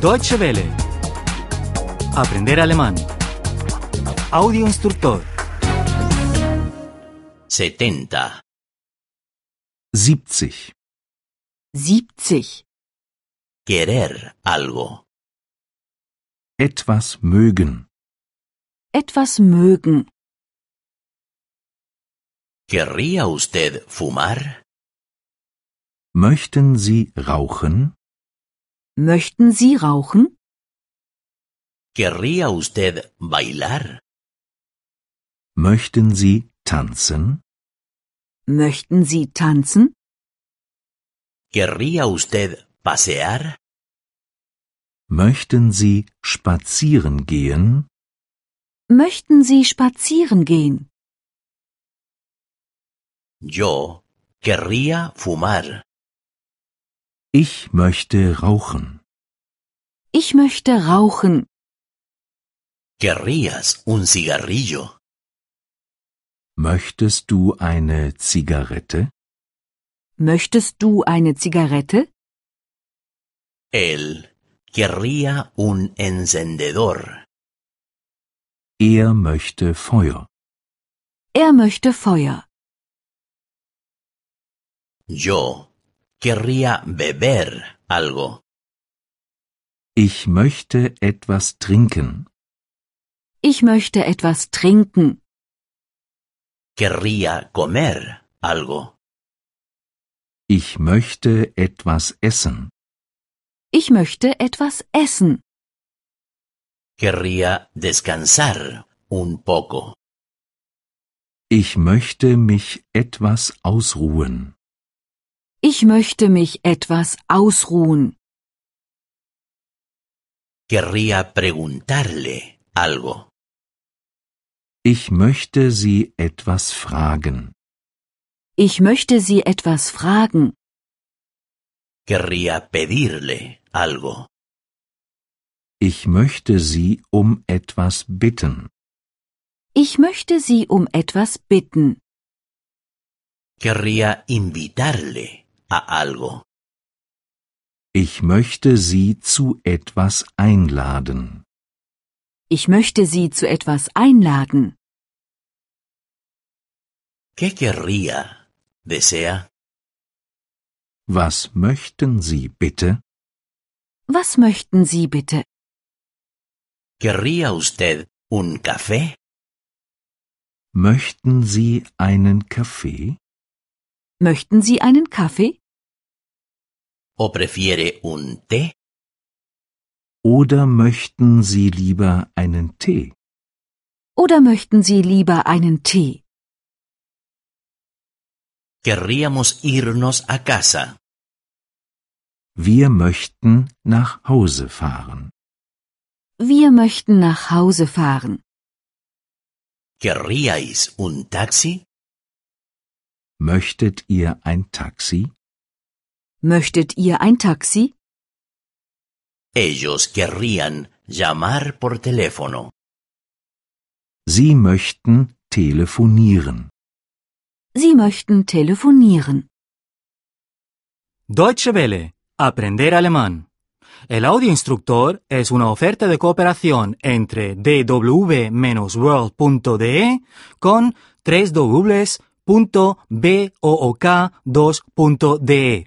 Deutsche Welle. Aprender alemán. Audio instructor. 70. 70. 70. Querer algo. Etwas mögen. Etwas mögen. ¿Querría usted fumar? Möchten Sie rauchen? Möchten Sie rauchen? ¿Querría usted bailar? Möchten Sie tanzen? Möchten Sie tanzen? ¿Querría usted pasear? Möchten Sie spazieren gehen? Möchten Sie spazieren gehen? Yo querría fumar. Ich möchte rauchen. Ich möchte rauchen. ¿Querrías un cigarrillo? Möchtest du eine Zigarette? Möchtest du eine Zigarette? Él querría un encendedor. Er möchte Feuer. Er möchte Feuer. Yo querría beber algo. Ich möchte etwas trinken. Ich möchte etwas trinken. ¿Querría comer algo? Ich möchte etwas essen. Ich möchte etwas essen. ¿Querría descansar un poco? Ich möchte mich etwas ausruhen. Ich möchte mich etwas ausruhen. ¿Querría preguntarle algo? Ich möchte sie etwas fragen. Ich möchte Sie etwas fragen. ¿Querría pedirle algo? Ich möchte sie um etwas bitten. Ich möchte Sie um etwas bitten. ¿Querría invitarle a algo? Ich möchte sie zu etwas einladen. Ich möchte Sie zu etwas einladen. ¿Qué querría? ¿Desea? Was möchten Sie bitte? Was möchten Sie bitte? ¿Querría usted un café? Möchten Sie einen Kaffee? Möchten Sie einen Kaffee? ¿O prefiere un té? Oder möchten Sie lieber einen Tee? Oder möchten Sie lieber einen Tee? ¿Querríamos irnos a casa? Wir möchten nach Hause fahren. Wir möchten nach Hause fahren. ¿Querríais un taxi? Möchtet ihr ein Taxi? Möchtet ihr ein Taxi? Ellos querrían llamar por teléfono. Sie möchten telefonieren. Sie möchten telefonieren. Deutsche Welle. Aprender alemán. El audio instructor es una oferta de cooperación entre dw-world.de con 3 2de